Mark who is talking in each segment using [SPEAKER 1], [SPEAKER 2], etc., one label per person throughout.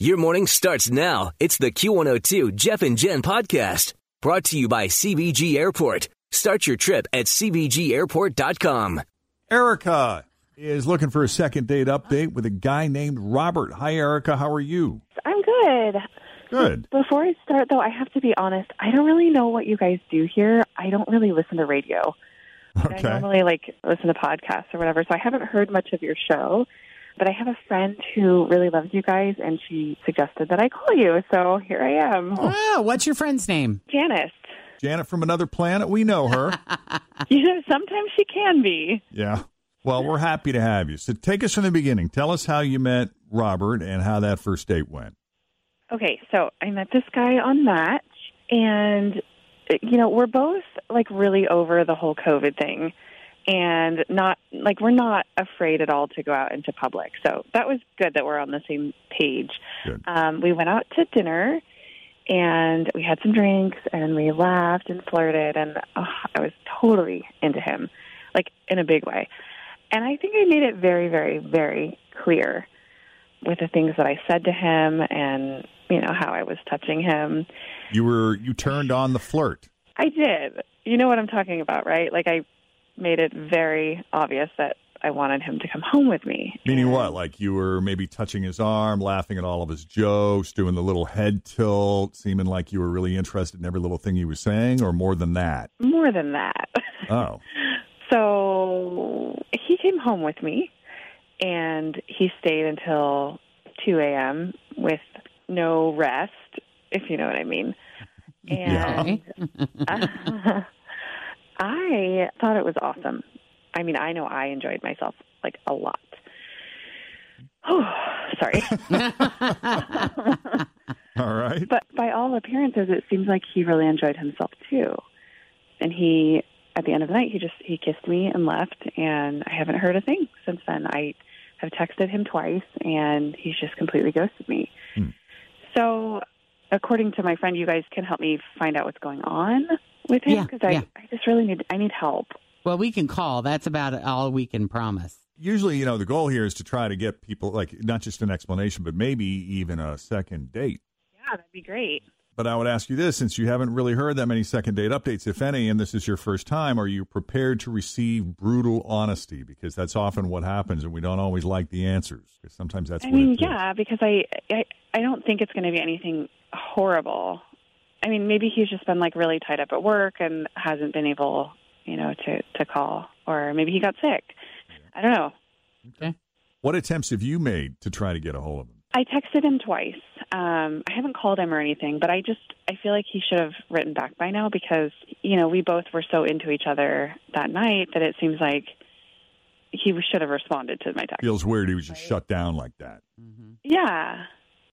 [SPEAKER 1] Your morning starts now. It's the Q102 Jeff and Jen podcast brought to you by CBG Airport. Start your trip at CBGAirport.com.
[SPEAKER 2] Erica is looking for a second date update with a guy named Robert. Hi, Erica. How are you?
[SPEAKER 3] I'm good.
[SPEAKER 2] Good.
[SPEAKER 3] Before I start, though, I have to be honest. I don't really know what you guys do here. I don't really listen to radio. I
[SPEAKER 2] Okay.
[SPEAKER 3] normally like listen to podcasts or whatever, so I haven't heard much of your show. But I have a friend who really loves you guys, and she suggested that I call you. So here I am,
[SPEAKER 4] Oh, what's your friend's name?
[SPEAKER 3] Janice.
[SPEAKER 2] Janet from another planet. We know her.
[SPEAKER 3] You know, sometimes she can be.
[SPEAKER 2] yeah. Well, we're happy to have you. So take us from the beginning. Tell us how you met Robert and how that first date went.
[SPEAKER 3] Okay, so I met this guy on Match, and you know we're both like really over the whole COVID thing, and not like we're not afraid at all to go out into public. So that was good that we're on the same page.
[SPEAKER 2] Good.
[SPEAKER 3] Um, we went out to dinner, and we had some drinks, and we laughed and flirted, and oh, I was totally into him, like in a big way. And I think I made it very, very, very clear with the things that I said to him and, you know, how I was touching him.
[SPEAKER 2] You were you turned on the flirt.
[SPEAKER 3] I did. You know what I'm talking about, right? Like I made it very obvious that I wanted him to come home with me.
[SPEAKER 2] Meaning what? Like you were maybe touching his arm, laughing at all of his jokes, doing the little head tilt, seeming like you were really interested in every little thing he was saying, or more than that.
[SPEAKER 3] More than that.
[SPEAKER 2] Oh.
[SPEAKER 3] So he came home with me and he stayed until 2 a.m. with no rest, if you know what I mean. And uh, I thought it was awesome. I mean, I know I enjoyed myself like a lot. Oh, sorry.
[SPEAKER 2] All right.
[SPEAKER 3] But by all appearances, it seems like he really enjoyed himself too. And he, at the end of the night, he just he kissed me and left. And I haven't heard a thing since then. I have texted him twice, and he's just completely ghosted me.
[SPEAKER 4] Hmm.
[SPEAKER 3] So, according to my friend, you guys can help me find out what's going on with him
[SPEAKER 4] Yeah,
[SPEAKER 3] because
[SPEAKER 4] yeah.
[SPEAKER 3] I, I just really need I need help.
[SPEAKER 4] Well, we can call. That's about all we can promise.
[SPEAKER 2] usually you know the goal here is to try to get people like not just an explanation but maybe even a second date
[SPEAKER 3] Yeah, that'd be great.
[SPEAKER 2] but i would ask you this since you haven't really heard that many second date updates if any and this is your first time are you prepared to receive brutal honesty because that's often what happens and we don't always like the answers 'Cause sometimes that's
[SPEAKER 3] I
[SPEAKER 2] what
[SPEAKER 3] mean,
[SPEAKER 2] it
[SPEAKER 3] yeah, because I, I I don't think it's going to be anything horrible. I mean, maybe he's just been like really tied up at work and hasn't been able, you know, to to call, or maybe he got sick. I don't know.
[SPEAKER 2] what attempts have you made to try to get a hold of him
[SPEAKER 3] I texted him twice. Um, I haven't called him or anything, but I just I feel like he should have written back by now because you know we both were so into each other that night that it seems like he should have responded to my text.
[SPEAKER 2] feels weird he was just shut down like that
[SPEAKER 3] Yeah.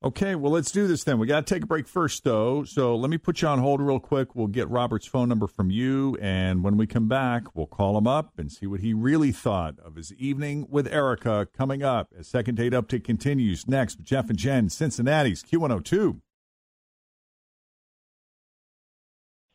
[SPEAKER 2] Okay, well, let's do this then. We got to take a break first, though. So let me put you on hold real quick. We'll get Robert's phone number from you. And when we come back, we'll call him up and see what he really thought of his evening with Erica coming up as Second Date Update continues next. with Jeff and Jen, Cincinnati's Q102.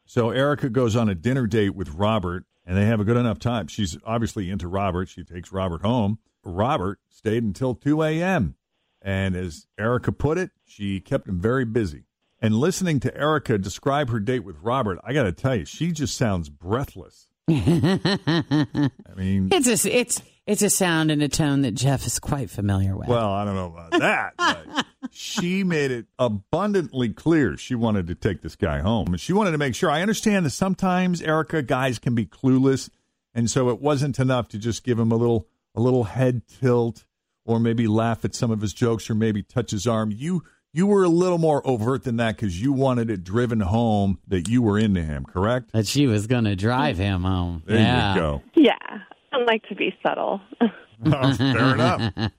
[SPEAKER 2] So Erica goes on a dinner date with Robert, and they have a good enough time. She's obviously into Robert. She takes Robert home. Robert stayed until 2 a.m. And as Erica put it, she kept him very busy. And listening to Erica describe her date with Robert, I got to tell you, she just sounds breathless.
[SPEAKER 4] it's
[SPEAKER 2] I mean,
[SPEAKER 4] just, it's It's a sound and a tone that Jeff is quite familiar with.
[SPEAKER 2] Well, I don't know about that. But she made it abundantly clear she wanted to take this guy home. And She wanted to make sure. I understand that sometimes Erica guys can be clueless, and so it wasn't enough to just give him a little a little head tilt or maybe laugh at some of his jokes or maybe touch his arm. You you were a little more overt than that because you wanted it driven home that you were into him, correct?
[SPEAKER 4] that she was going to drive him home.
[SPEAKER 2] Hmm. There
[SPEAKER 4] yeah.
[SPEAKER 2] you go.
[SPEAKER 3] Yeah, I like to be subtle.
[SPEAKER 2] Oh, fair enough. The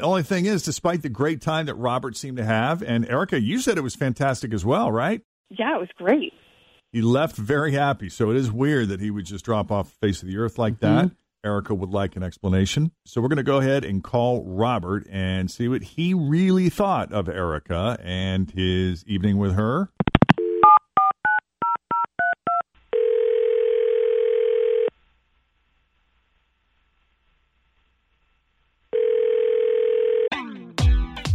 [SPEAKER 2] only thing is, despite the great time that Robert seemed to have, and Erica, you said it was fantastic as well, right?
[SPEAKER 3] yeah, it was great.
[SPEAKER 2] He left very happy. So it is weird that he would just drop off the face of the earth like that. Erica would like an explanation. So we're going to go ahead and call Robert and see what he really thought of Erica and his evening with her.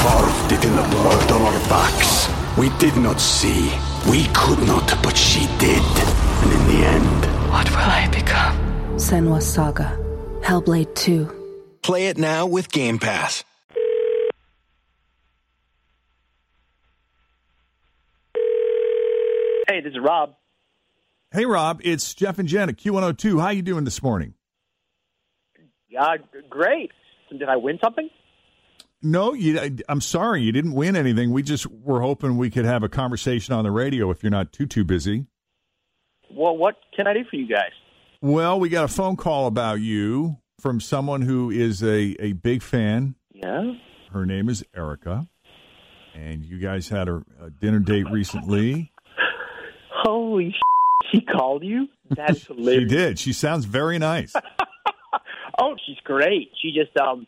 [SPEAKER 5] Carved it in the blood on our backs. We did not see. We could not, but she did. And in the end,
[SPEAKER 6] What will I become? Senwa Saga. Hellblade 2.
[SPEAKER 7] Play it now with Game Pass.
[SPEAKER 8] Hey, this is Rob.
[SPEAKER 2] Hey, Rob, it's Jeff and Jen at Q102. How you doing this morning?
[SPEAKER 8] Yeah, g- great. Did I win something?
[SPEAKER 2] No, you, I- I'm sorry, you didn't win anything. We just were hoping we could have a conversation on the radio if you're not too too busy.
[SPEAKER 8] Well, what can I do for you guys?
[SPEAKER 2] Well, we got a phone call about you from someone who is a, a big fan.
[SPEAKER 8] Yeah.
[SPEAKER 2] Her name is Erica, and you guys had a, a dinner date recently.
[SPEAKER 8] Holy sh! She called you? That's
[SPEAKER 2] She
[SPEAKER 8] hilarious.
[SPEAKER 2] did. She sounds very nice.
[SPEAKER 8] Oh, she's great. She just um.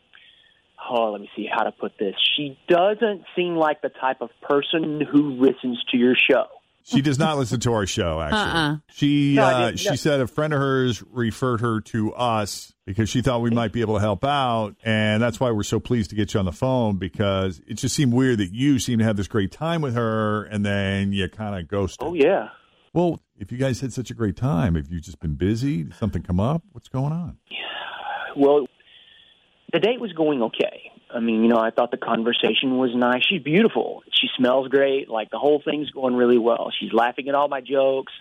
[SPEAKER 8] Oh, let me see how to put this. She doesn't seem like the type of person who listens to your show.
[SPEAKER 2] She does not listen to our show. Actually,
[SPEAKER 4] Uh-uh.
[SPEAKER 2] she
[SPEAKER 8] No, I
[SPEAKER 2] uh,
[SPEAKER 8] didn't-
[SPEAKER 2] she
[SPEAKER 8] no.
[SPEAKER 2] said a friend of hers referred her to us because she thought we might be able to help out, and that's why we're so pleased to get you on the phone because it just seemed weird that you seemed to have this great time with her, and then you kind of ghosted.
[SPEAKER 8] Oh yeah.
[SPEAKER 2] Well, if you guys had such a great time, have you just been busy? Did something come up? What's going on?
[SPEAKER 8] Well, the date was going okay. I mean, you know, I thought the conversation was nice. She's beautiful. She smells great. Like the whole thing's going really well. She's laughing at all my jokes,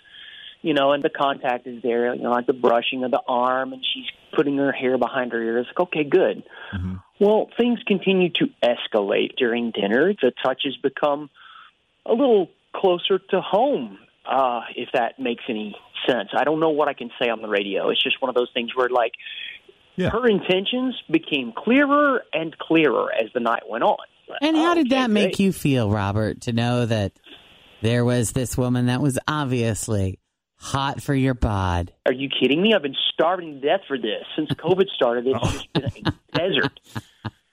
[SPEAKER 8] you know, and the contact is there, you know, like the brushing of the arm and she's putting her hair behind her ears. Like, okay, good. Well, things continue to escalate during dinner. The touches become a little closer to home, uh, if that makes any sense. I don't know what I can say on the radio. It's just one of those things where like
[SPEAKER 2] Yeah.
[SPEAKER 8] her intentions became clearer and clearer as the night went on.
[SPEAKER 4] And how did
[SPEAKER 8] Okay,
[SPEAKER 4] that make
[SPEAKER 8] great.
[SPEAKER 4] you feel, Robert, to know that there was this woman that was obviously hot for your bod?
[SPEAKER 8] Are you kidding me? I've been starving to death for this since COVID started. It's just been a desert.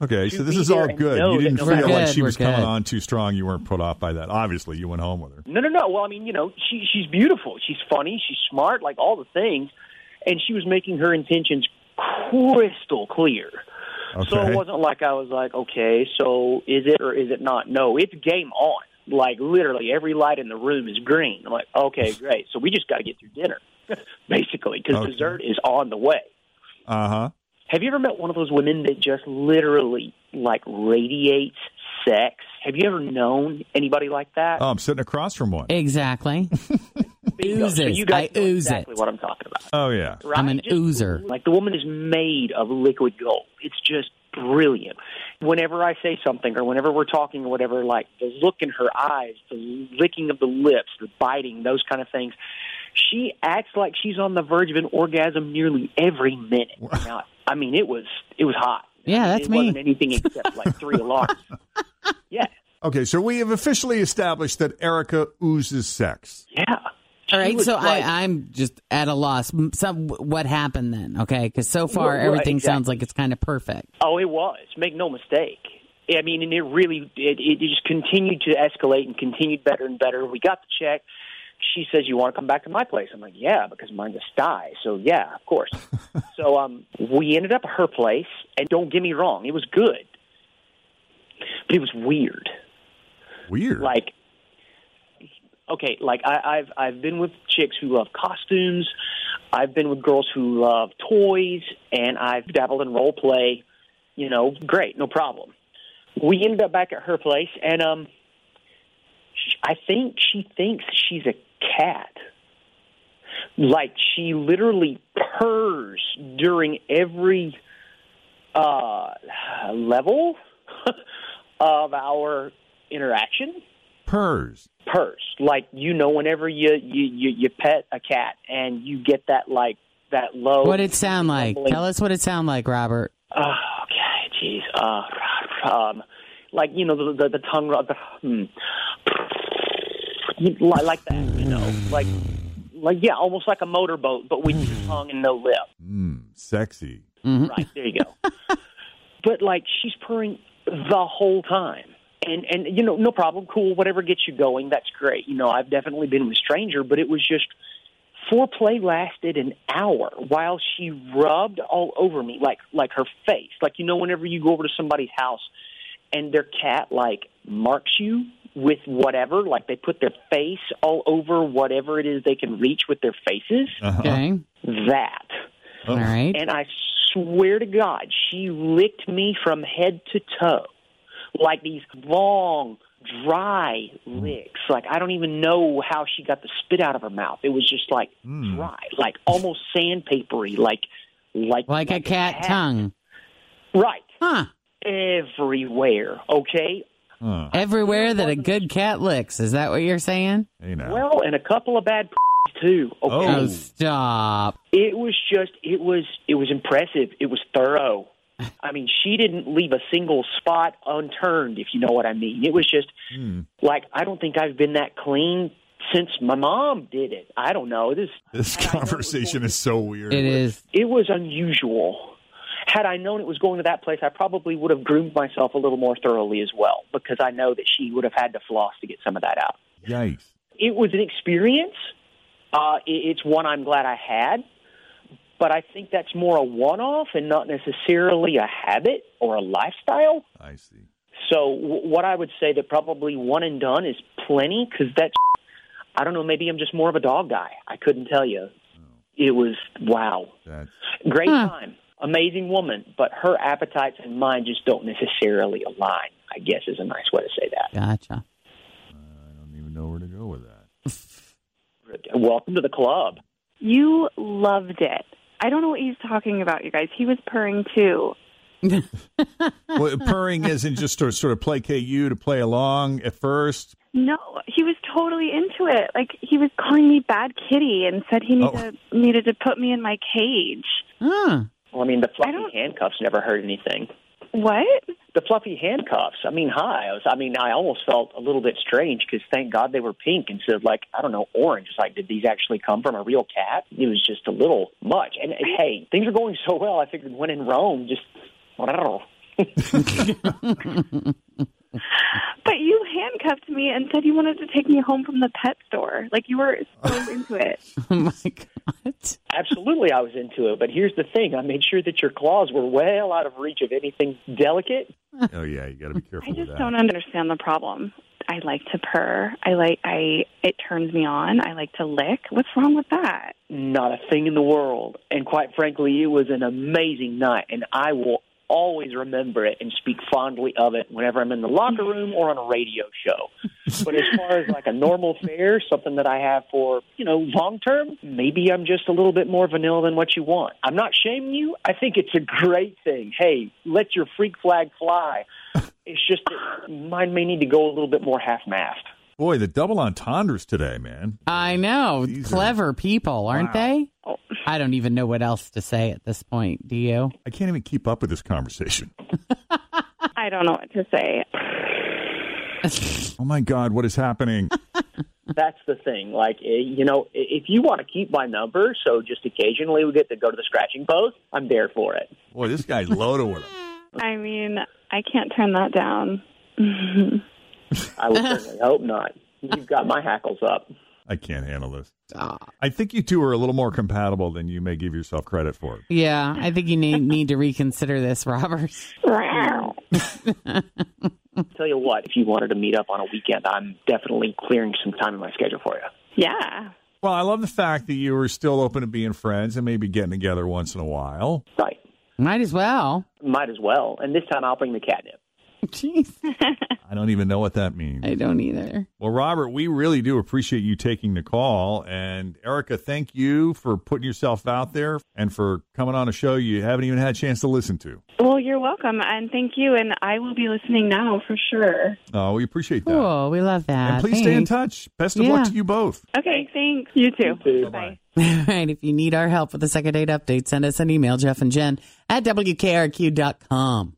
[SPEAKER 2] Okay, so
[SPEAKER 8] To
[SPEAKER 2] this
[SPEAKER 8] be
[SPEAKER 2] is all
[SPEAKER 8] there and
[SPEAKER 2] good.
[SPEAKER 8] know
[SPEAKER 2] You
[SPEAKER 8] that
[SPEAKER 2] didn't
[SPEAKER 8] no
[SPEAKER 2] feel
[SPEAKER 4] matter-
[SPEAKER 2] like
[SPEAKER 4] Good,
[SPEAKER 2] she
[SPEAKER 4] we're
[SPEAKER 2] was coming
[SPEAKER 4] good.
[SPEAKER 2] on too strong. You weren't put off by that. Obviously, you went home with her.
[SPEAKER 8] No, no, no. Well, I mean, you know, she she's beautiful. She's funny. She's smart. Like all the things, and she was making her intentions crystal clear.
[SPEAKER 2] Okay.
[SPEAKER 8] So it wasn't like I was like, okay, so is it or is it not? No, it's game on. Like literally every light in the room is green. I'm like, okay, great. So we just got to get through dinner, basically, because
[SPEAKER 2] Okay.
[SPEAKER 8] dessert is on the way.
[SPEAKER 2] Uh huh.
[SPEAKER 8] Have you ever met one of those women that just literally like radiates sex? Have you ever known anybody like that?
[SPEAKER 2] Oh, I'm sitting across from one.
[SPEAKER 4] Exactly.
[SPEAKER 8] Bingo. So
[SPEAKER 4] oozes.
[SPEAKER 8] you guys
[SPEAKER 4] I
[SPEAKER 8] know
[SPEAKER 4] ooze
[SPEAKER 8] exactly
[SPEAKER 4] it.
[SPEAKER 8] what I'm talking about.
[SPEAKER 2] Oh yeah.
[SPEAKER 8] Right?
[SPEAKER 4] I'm an
[SPEAKER 8] Just-
[SPEAKER 4] oozer.
[SPEAKER 8] Like the woman is made of liquid gold. It's just brilliant. Whenever I say something or whenever we're talking or whatever, like the look in her eyes, the licking of the lips, the biting, those kind of things, she acts like she's on the verge of an orgasm nearly every minute. Now, I mean, it was it was hot.
[SPEAKER 4] Yeah,
[SPEAKER 8] I mean,
[SPEAKER 4] that's
[SPEAKER 8] it
[SPEAKER 4] me.
[SPEAKER 8] wasn't anything except like three alarms. Yeah,
[SPEAKER 2] Okay, so we have officially established that Erica oozes sex.
[SPEAKER 8] yeah.
[SPEAKER 4] All right,
[SPEAKER 8] was
[SPEAKER 4] so
[SPEAKER 8] like-
[SPEAKER 4] I, I'm just at a loss. M- Some, what happened then? Okay, because so far
[SPEAKER 8] Well, well,
[SPEAKER 4] everything sounds
[SPEAKER 8] exactly.
[SPEAKER 4] like it's kind of perfect.
[SPEAKER 8] Oh, it was. Make no mistake. I mean, and it really it, it just continued to escalate and continued better and better. We got the check. She says, "You want to come back to my place?" I'm like, "Yeah, because mine just die." So yeah, of course. so um, we ended up at her place, and don't get me wrong, it was good, but it was weird.
[SPEAKER 2] Weird.
[SPEAKER 8] Like, okay, like I, I've I've been with chicks who love costumes. I've been with girls who love toys, and I've dabbled in role play. You know, great, no problem. We ended up back at her place, and um, sh- I think she thinks she's a cat. Like she literally purrs during every uh, level of our interaction
[SPEAKER 2] Purrs.
[SPEAKER 8] purrs. Like you know, whenever you you you, you pet a cat and you get that like that low.
[SPEAKER 4] What it sound like?
[SPEAKER 8] rumbling-
[SPEAKER 4] Tell us what it sound like, Robert.
[SPEAKER 8] Oh, okay, jeez. Uh, um, like you know the the, the tongue rub, the, hmm. You- li- like that, you know, like like yeah, almost like a motorboat, but with your tongue and no lip.
[SPEAKER 2] Mm, sexy.
[SPEAKER 8] Right there, you go. but like she's purring the whole time. And and you know no problem cool whatever gets you going that's great you know I've definitely been with stranger but it was just foreplay lasted an hour while she rubbed all over me like like her face like you know whenever you go over to somebody's house and their cat like marks you with whatever like they put their face all over whatever it is they can reach with their faces
[SPEAKER 2] Uh-huh.
[SPEAKER 4] Okay,
[SPEAKER 8] that
[SPEAKER 2] Oh,
[SPEAKER 4] all right.
[SPEAKER 8] and I swear to God, she licked me from head to toe like these long, dry licks. Like, I don't even know how she got the spit out of her mouth. It was just like dry, like almost sandpapery, like, like,
[SPEAKER 4] like a cat tongue,
[SPEAKER 8] Right.
[SPEAKER 4] huh?
[SPEAKER 8] Everywhere. Okay.
[SPEAKER 2] Huh.
[SPEAKER 4] Everywhere that a good cat licks. Is that what you're saying?
[SPEAKER 2] Hey, now.
[SPEAKER 8] Well, and a couple of bad too. Okay.
[SPEAKER 4] Oh,
[SPEAKER 2] Oh.
[SPEAKER 4] stop!
[SPEAKER 8] It was just it was it was impressive. It was thorough. I mean, she didn't leave a single spot unturned, if you know what I mean. It was just like I don't think I've been that clean since my mom did it. I don't know. This
[SPEAKER 2] This conversation is so weird.
[SPEAKER 4] It is.
[SPEAKER 8] it was unusual. Had I known it was going to that place, I probably would have groomed myself a little more thoroughly as well, because I know that she would have had to floss to get some of that out
[SPEAKER 2] Yikes.
[SPEAKER 8] it was an experience. Uh, it, it's one I'm glad I had, but I think that's more a one-off and not necessarily a habit or a lifestyle.
[SPEAKER 2] I see.
[SPEAKER 8] So w- what I would say that probably one and done is plenty because that I don't know. Maybe I'm just more of a dog guy. I couldn't tell you. It was wow,
[SPEAKER 2] That's
[SPEAKER 8] great time, amazing woman, but her appetites and mine just don't necessarily align. I guess is a nice way to say that.
[SPEAKER 4] Gotcha.
[SPEAKER 2] I don't even know where to go with that.
[SPEAKER 8] Welcome to the club.
[SPEAKER 9] You loved it. I don't know what he's talking about, you guys. He was purring too.
[SPEAKER 2] well, purring isn't just to sort of placate you to play along at first.
[SPEAKER 9] No, he was totally into it. Like he was calling me bad kitty and said he need
[SPEAKER 2] Oh.
[SPEAKER 9] to, needed to put me in my cage.
[SPEAKER 4] Huh.
[SPEAKER 8] Well, I mean, the fluffy
[SPEAKER 9] don't-
[SPEAKER 8] handcuffs never hurt anything.
[SPEAKER 9] What?
[SPEAKER 8] The fluffy handcuffs. I mean, hi. I was. I mean, I almost felt a little bit strange because thank God they were pink instead of like I don't know orange. It's like, did these actually come from a real cat? It was just a little much. And, and, hey, things are going so well. I figured when in Rome, just I don't know.
[SPEAKER 9] But you handcuffed me and said you wanted to take me home from the pet store. Like you were so into it.
[SPEAKER 4] Oh my god.
[SPEAKER 8] Absolutely, I was into it. But here's the thing: I made sure that your claws were well out of reach of anything delicate.
[SPEAKER 2] Oh yeah, you got to be careful
[SPEAKER 9] I
[SPEAKER 2] with
[SPEAKER 9] just
[SPEAKER 2] that.
[SPEAKER 9] don't understand the problem. I like to purr. I like I it turns me on. I like to lick. What's wrong with that?
[SPEAKER 8] Not a thing in the world. And quite frankly, it was an amazing night, and I will always remember it and speak fondly of it whenever I'm in the locker room or on a radio show. but as far as like a normal fare, something that I have for, you know, long term, maybe I'm just a little bit more vanilla than what you want. I'm not shaming you. I think it's a great thing. Hey, let your freak flag fly. It's just that mine may need to go a little bit more half mast.
[SPEAKER 2] Boy, the double entendres today, man.
[SPEAKER 4] I know.
[SPEAKER 2] These are- Oh.
[SPEAKER 4] Clever people, aren't they? I don't even know what else to say at this point. Do you?
[SPEAKER 2] I can't even keep up with this conversation.
[SPEAKER 9] I don't know what to say.
[SPEAKER 2] Oh my God, what is happening?
[SPEAKER 8] that's the thing. Like, eh, you know, i- if you want to keep my number, so just occasionally we get to go to the scratching post, I'm there for it.
[SPEAKER 2] Boy, this guy's loaded with them.
[SPEAKER 9] I mean, I can't turn that down.
[SPEAKER 8] I would certainly hope not. You've got my hackles up.
[SPEAKER 2] I can't handle this.
[SPEAKER 4] Ah.
[SPEAKER 2] I think you two are a little more compatible than you may give yourself credit for.
[SPEAKER 4] Yeah, I think you need need to reconsider this, Robert.
[SPEAKER 8] Tell you what, if you wanted to meet up on a weekend, I'm definitely clearing some time in my schedule for you.
[SPEAKER 9] Yeah.
[SPEAKER 2] Well, I love the fact that you were still open to being friends and maybe getting together once in a while.
[SPEAKER 8] Right.
[SPEAKER 4] Might as well.
[SPEAKER 8] Might as well. And this time I'll bring the catnip.
[SPEAKER 4] Jeez.
[SPEAKER 2] I don't even know what that means.
[SPEAKER 4] I don't either.
[SPEAKER 2] Well, Robert, we really do appreciate you taking the call. And Erica, thank you for putting yourself out there and for coming on a show you haven't even had a chance to listen to.
[SPEAKER 9] Well, you're welcome, and thank you. And I will be listening now for sure.
[SPEAKER 2] Oh, we appreciate that.
[SPEAKER 4] Cool. We love that.
[SPEAKER 2] And please stay in
[SPEAKER 4] Thanks.
[SPEAKER 2] touch. Best of luck
[SPEAKER 4] Yeah.
[SPEAKER 2] to you both.
[SPEAKER 9] Okay, thanks. You too. Bye.
[SPEAKER 4] All right. If you need our help with the second date update, send us an email, Jeff and Jen at WKRQ.com.